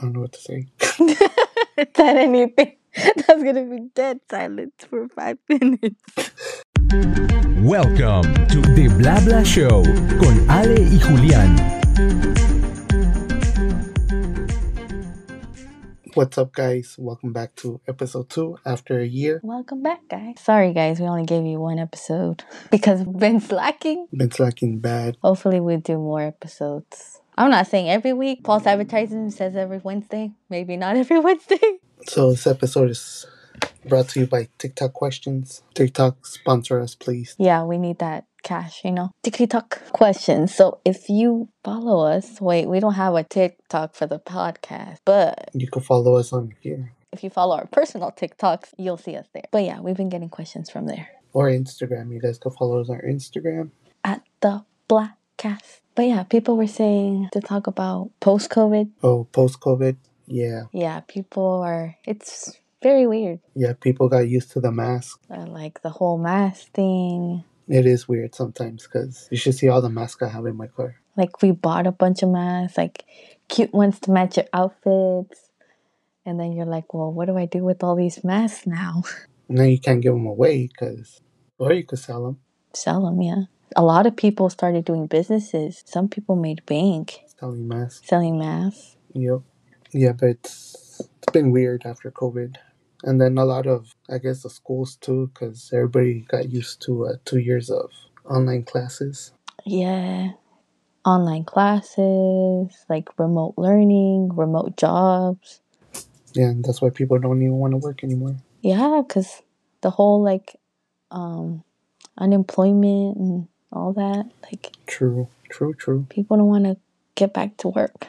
don't know what to say. Than anything. That's gonna be dead silence for five minutes. Welcome to The Blabla Show con Ale y Julián. What's up, guys? Welcome back to episode two after a year. Welcome back, guys. Sorry, guys, we only gave you one episode because we've been slacking. Been slacking bad. Hopefully, we do more episodes. I'm not saying every week. False advertising says every Wednesday. Maybe not every Wednesday. So, this episode is brought to you by TikTok Questions. TikTok, sponsor us, please. Yeah, we need that cash, you know. TikTok question. So if you follow us, wait, we don't have a TikTok for the podcast, but You can follow us on here if you follow our personal TikToks, you'll see us there. But yeah, we've been getting questions from there or Instagram. You guys can follow us on Instagram. at the Blackcast. But yeah, people were saying to talk about post COVID. Oh, post COVID. Yeah. Yeah, people are, it's very weird. Yeah. People got used to the mask. Uh, like the whole mask thing. It is weird sometimes because you should see all the masks I have in my car. Like we bought a bunch of masks, like cute ones to match your outfits. And then you're like, well, what do I do with all these masks now? Now you can't give them away because, or you could sell them. Sell them, yeah. A lot of people started doing businesses. Some people made bank Selling masks. selling masks. Yep. Yeah, but it's, it's been weird after COVID. And then a lot of, I guess, the schools too, because everybody got used to uh, two years of online classes. Yeah. Online classes, like remote learning, remote jobs. Yeah, and that's why people don't even want to work anymore. Yeah, because the whole like um, unemployment and all that, like True, true, true. people don't want to get back to work.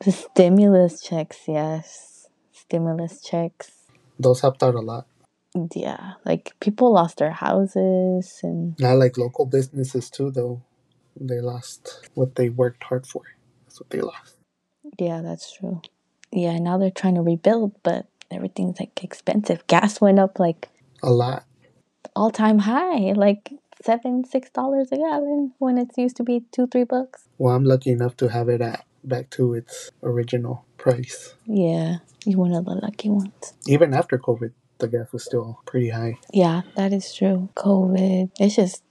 The stimulus checks, yes. Stimulus checks. Those helped out a lot. Yeah, like people lost their houses and Not like local businesses too, though. They lost what they worked hard for. That's what they lost. Yeah, that's true. Yeah, now they're trying to rebuild, but everything's like expensive. Gas went up like A lot. all time high, like seven, six dollars a gallon when it used to be two, three bucks. Well, I'm lucky enough to have it at back to its original price. Yeah, you're one of the lucky ones. Even after COVID, the gas was still pretty high. Yeah, that is true. COVID, it's just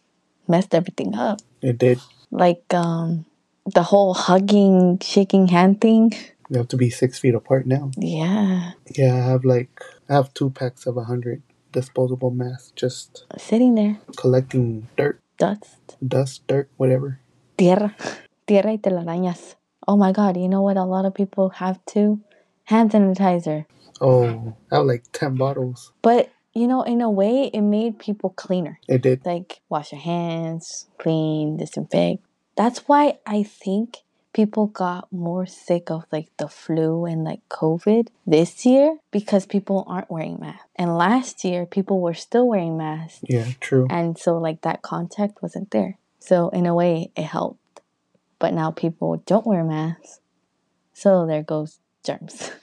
messed everything up. It did. Like um, the whole hugging, shaking hand thing. You have to be six feet apart now. Yeah, Yeah, I have like I have two packs of a hundred disposable masks, just sitting there, collecting dirt, dust, dust, dirt, whatever. tierra, tierra y telarañas. Oh my god, you know what a lot of people have too? Hand sanitizer. Oh, I have like ten bottles. But you know, in a way, it made people cleaner. It did. Like, wash your hands, clean, disinfect. That's why I think people got more sick of like the flu and like COVID this year because people aren't wearing masks. And last year, people were still wearing masks. Yeah, true. And so, like, that contact wasn't there. So, in a way, it helped. But now people don't wear masks. So, there goes germs.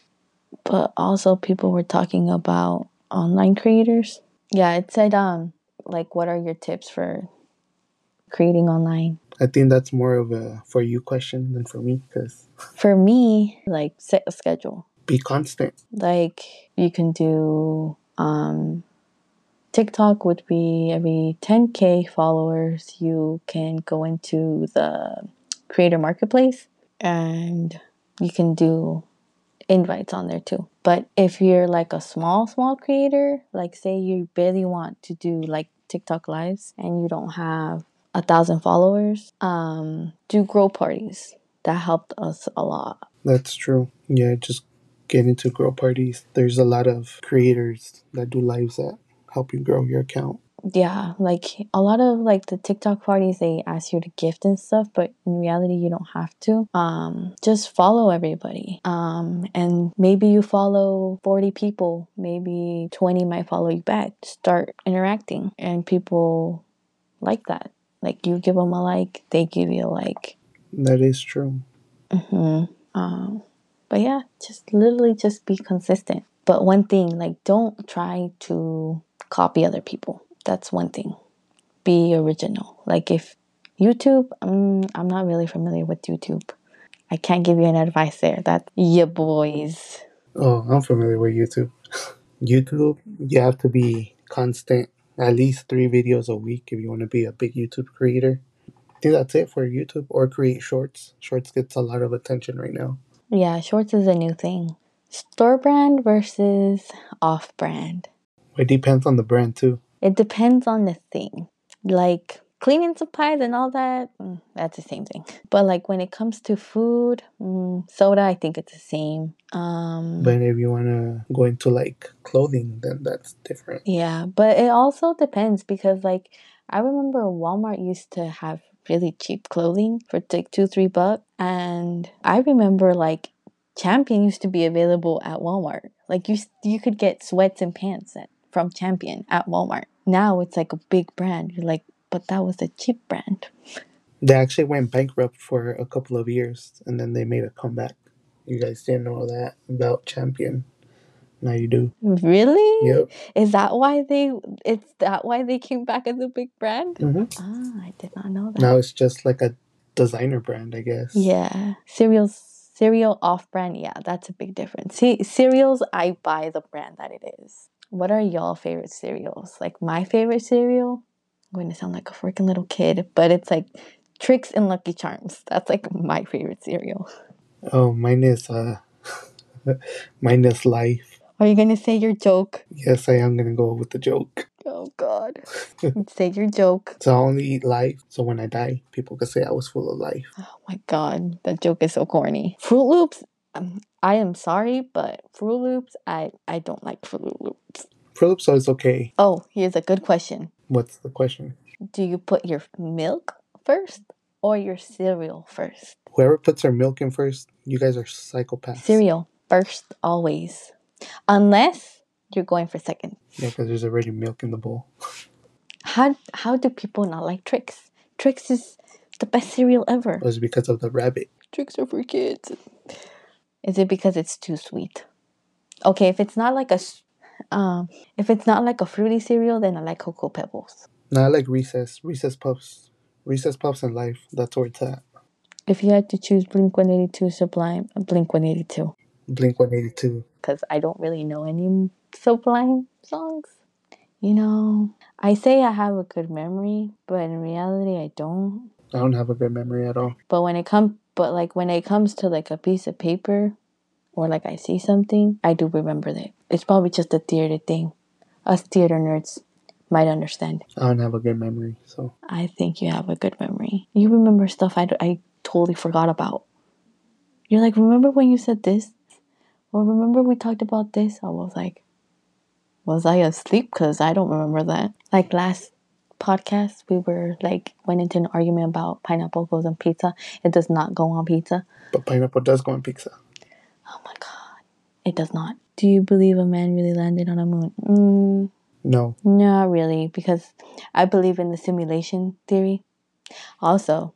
But also, people were talking about online creators. Yeah, it said, um, like, what are your tips for creating online? I think that's more of a for you question than for me because For me, like, set a schedule. be constant. like you can do um TikTok would be every 10k followers you can go into the creator marketplace and you can do invites on there too but if you're like a small small creator like say you barely want to do like TikTok lives and you don't have a thousand followers um do grow parties that helped us a lot That's true. Yeah, just get into grow parties. There's a lot of creators that do lives that help you grow your account. Yeah, like a lot of like the TikTok parties, they ask you to gift and stuff, but in reality, you don't have to. Um, just follow everybody. Um, and maybe you follow 40 people, maybe 20 might follow you back. Start interacting, and people like that. Like you give them a like, they give you a like. That is true. hmm Um, but yeah, just literally just be consistent. But one thing, like, don't try to copy other people. That's one thing. mm, Be original. Like, if YouTube, um, I'm not really familiar with YouTube. I can't give you an advice there. That's your boys. Oh, I'm familiar with YouTube. YouTube, you have to be constant, at least three videos a week if you want to be a big YouTube creator. I think that's it for YouTube or create shorts. Shorts gets a lot of attention right now. Yeah, shorts is a new thing. Store brand versus off brand. It depends on the brand too. It depends on the thing. Like cleaning supplies and all that, mm, that's the same thing. But like when it comes to food, mm, soda, I think it's the same. Um, But if you want to go into like clothing, then that's different. Yeah, but it also depends because like I remember Walmart used to have really cheap clothing for like two, three bucks. And I remember like Champion used to be available at Walmart. Like you s- you could get sweats and pants at, from Champion at Walmart. Now it's like a big brand. You're like, but that was a cheap brand. They actually went bankrupt for a couple of years and then they made a comeback. You guys didn't know that about Champion. Now you do. Really? Yep. Is that why they it's that why they came back as a big brand? hmm Ah, I did not know that. Now it's just like a designer brand, I guess. Yeah, cereals, cereal off brand. Yeah, that's a big difference. See, cereals, I buy the brand that it is. What are y'all favorite cereals? Like my favorite cereal, I'm going to sound like a freaking little kid, but it's like Tricks and Lucky Charms. That's like my favorite cereal. Oh, mine is uh, mine is life. Are you going to say your joke? Yes, I am gonna go with the joke. Oh God, say your joke. So I only eat life. So when I die, people could say I was full of life. Oh my God, that joke is so corny. Fruit Loops. Um, I am sorry, but Fruit Loops, I I don't like Fruit Loops. Phillips is okay. Oh, here's a good question. What's the question? do you put your milk first or your cereal first? Whoever puts their milk in first, you guys are psychopaths. Cereal first, always. Unless you're going for second. Yeah, because there's already milk in the bowl. How how do people not like Trix? Trix is the best cereal ever. It was because of the rabbit. Tricks are for kids. Is it because it's too sweet? Okay, if it's not like a, s- um, if it's not like a fruity cereal, then I like Cocoa Pebbles. Now I like recess, recess puffs, recess puffs, and life. That's where it's at. If you had to choose Blink One Eighty Two Sublime, Blink One Eighty Two. Blink 182. because I don't really know any Sublime songs. You know, I say I have a good memory, but in reality, I don't. I don't have a good memory at all. But when it comes, but like when it comes to like a piece of paper or like I see something, I do remember that. It's probably just a theater thing. Us theater nerds might understand. I don't have a good memory. So I think you have a good memory. You remember stuff I, d- I totally forgot about. You're like, remember when you said this? Or remember we talked about this? I was like, was I asleep? Because I don't remember that. Like last podcast, we were like went into an argument about pineapple goes on pizza. It does not go on pizza. but pineapple does go on pizza. Oh my god, it does not. Do you believe a man really landed on a moon? Mm, No. not really, because I believe in the simulation theory. Also,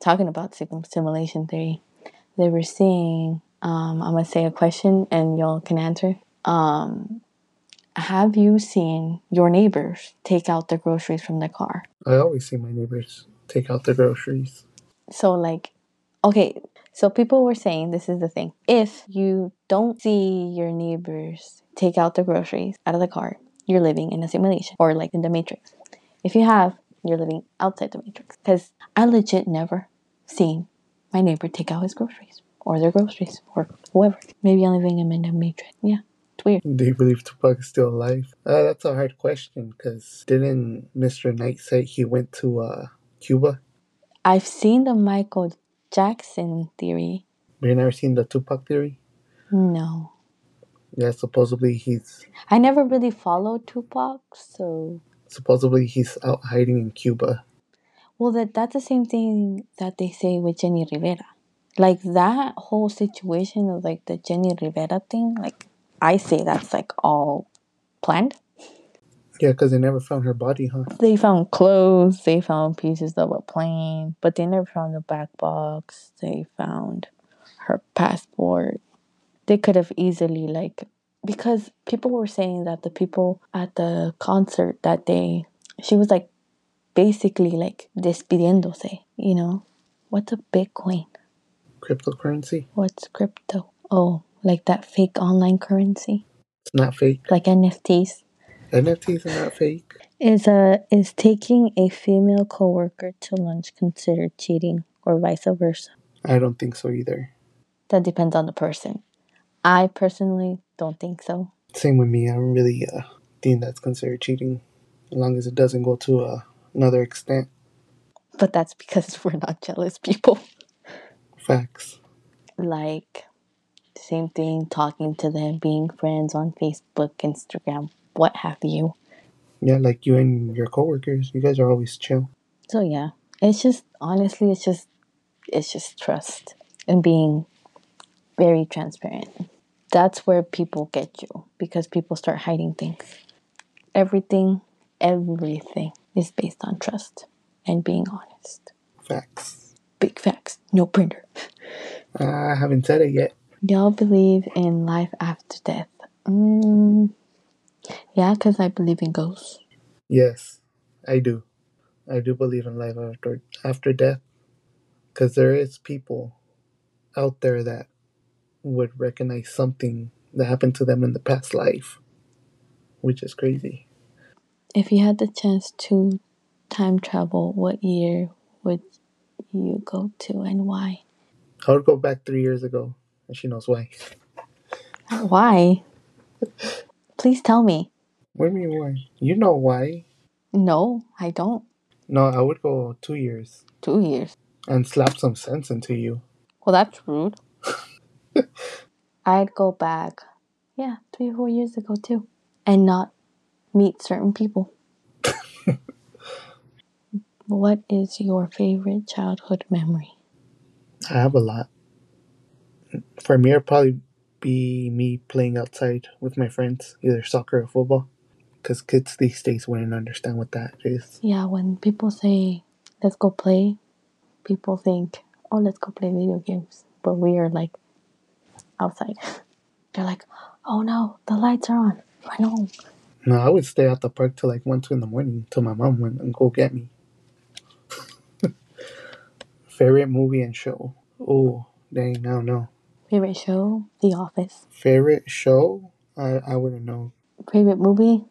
talking about sim- simulation theory, they were saying, um, I'm gonna say a question and y'all can answer. Um, have you seen your neighbors take out their groceries from the car? I always see my neighbors take out their groceries. So, like, okay, so people were saying this is the thing. If you don't see your neighbors take out the groceries out of the car, you're living in a simulation or like in the Matrix. If you have, you're living outside the Matrix. Because I legit never seen my neighbor take out his groceries or their groceries or whoever. Maybe I'm living in the Matrix. Yeah, it's weird. Do you believe Tupac is still alive? Uh, that's a hard question because didn't Mr. Knight say he went to uh, Cuba? I've seen the Michael Jackson theory. Have you never seen the Tupac theory? No. Yeah, supposedly he's I never really followed Tupac, so supposedly he's out hiding in Cuba. well that that's the same thing that they say with Jenny Rivera. Like that whole situation of like the Jenny Rivera thing, like I say that's like all planned. Yeah, because they never found her body, huh? They found clothes, they found pieces of a plane, but they never found the back box. They found her passport. They could have easily like because people were saying that the people at the concert that they she was like basically like despidiéndose, you know? What's a Bitcoin? cryptocurrency. What's crypto? Oh, like that fake online currency, It's not fake. like NFTs. NFTs are not fake. Is a is taking a female coworker to lunch considered cheating or vice versa? I don't think so either. That depends on the person. I personally don't think so. Same with me. I don't really uh, think that's considered cheating, as long as it doesn't go to uh, another extent. But that's because we're not jealous people. Facts. Like same thing talking to them, being friends on Facebook, Instagram, what have you. Yeah, like you and your coworkers, you guys are always chill. So yeah, it's just honestly, it's just it's just trust and being very transparent. That's where people get you because people start hiding things. Everything, everything is based on trust and being honest. Facts. Big facts, no printer. I haven't said it yet. Y'all believe in life after death? Mm, yeah, because I believe in ghosts. Yes, I do. I do believe in life after after death, because there is people out there that would recognize something that happened to them in the past life, which is crazy. If you had the chance to time travel, what year would you go to and why? I would go back three years ago, and she knows why. Why? Please tell me. What do you mean why? You know why? No, I don't. No, I would go two years Two years. and slap some sense into you. Well, that's rude. I'd go back, yeah, three or four years ago too, and not meet certain people. what is your favorite childhood memory? I have a lot. For me, it'd probably be me playing outside with my friends, either soccer or football. Because kids these days wouldn't understand what that is. Yeah, when people say, let's go play, people think, oh, let's go play video games. But we are like outside. They're like, oh no, the lights are on. Run home. No, I would stay at the park till like 1, 2 in the morning till my mom went and go get me. Favorite movie and show? Oh, dang, I don't know. Favorite show? The Office. Favorite show? I, I wouldn't know. Favorite movie?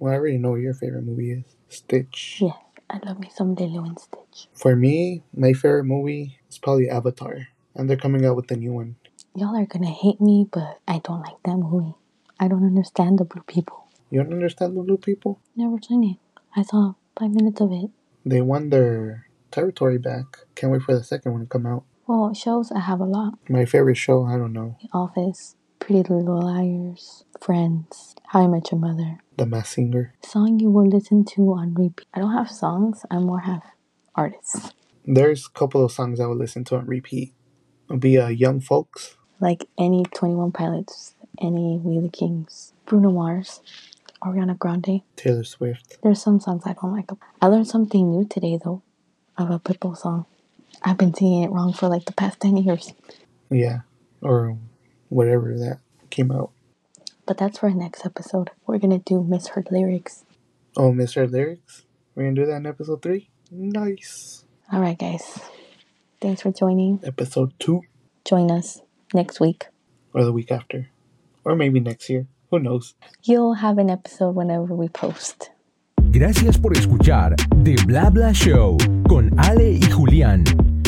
Well, I already know what your favorite movie is Stitch. Yeah, I love me some Lilo and Stitch. For me, my favorite movie is probably Avatar. And they're coming out with a new one. Y'all are gonna hate me, but I don't like that movie. I don't understand the blue people. You don't understand the blue people? Never seen it. I saw five minutes of it. They won their territory back. Can't wait for the second one to come out. Well, shows I have a lot: My favorite show, I don't know. The Office, Pretty Little Liars, Friends, How I Met Your Mother. The Mass Singer. Song you will listen to on repeat. I don't have songs. I more have artists There's a couple of songs I would listen to on repeat. It'll be uh, Young Folks. like any Twenty One Pilots, any We the Kings, Bruno Mars, Ariana Grande. Taylor Swift. There's some songs I don't like. I learned something new today though, of a Pitbull song. I've been singing it wrong for like the past ten years, Yeah. Or whatever that came out. but that's for our next episode. We're gonna do misheard lyrics. Oh, Mr. Lyrics. We're going to do that in episode three. Nice. All right, guys. Thanks for joining. Episode two. Join us next week. or the week after, or maybe next year. Who knows? You'll have an episode whenever we post. Gracias por escuchar The Blabla Show con Ale y Julián.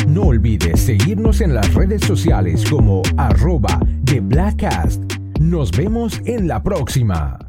No olvides seguirnos en las redes sociales como arroba The Blackcast. Nos vemos en la próxima.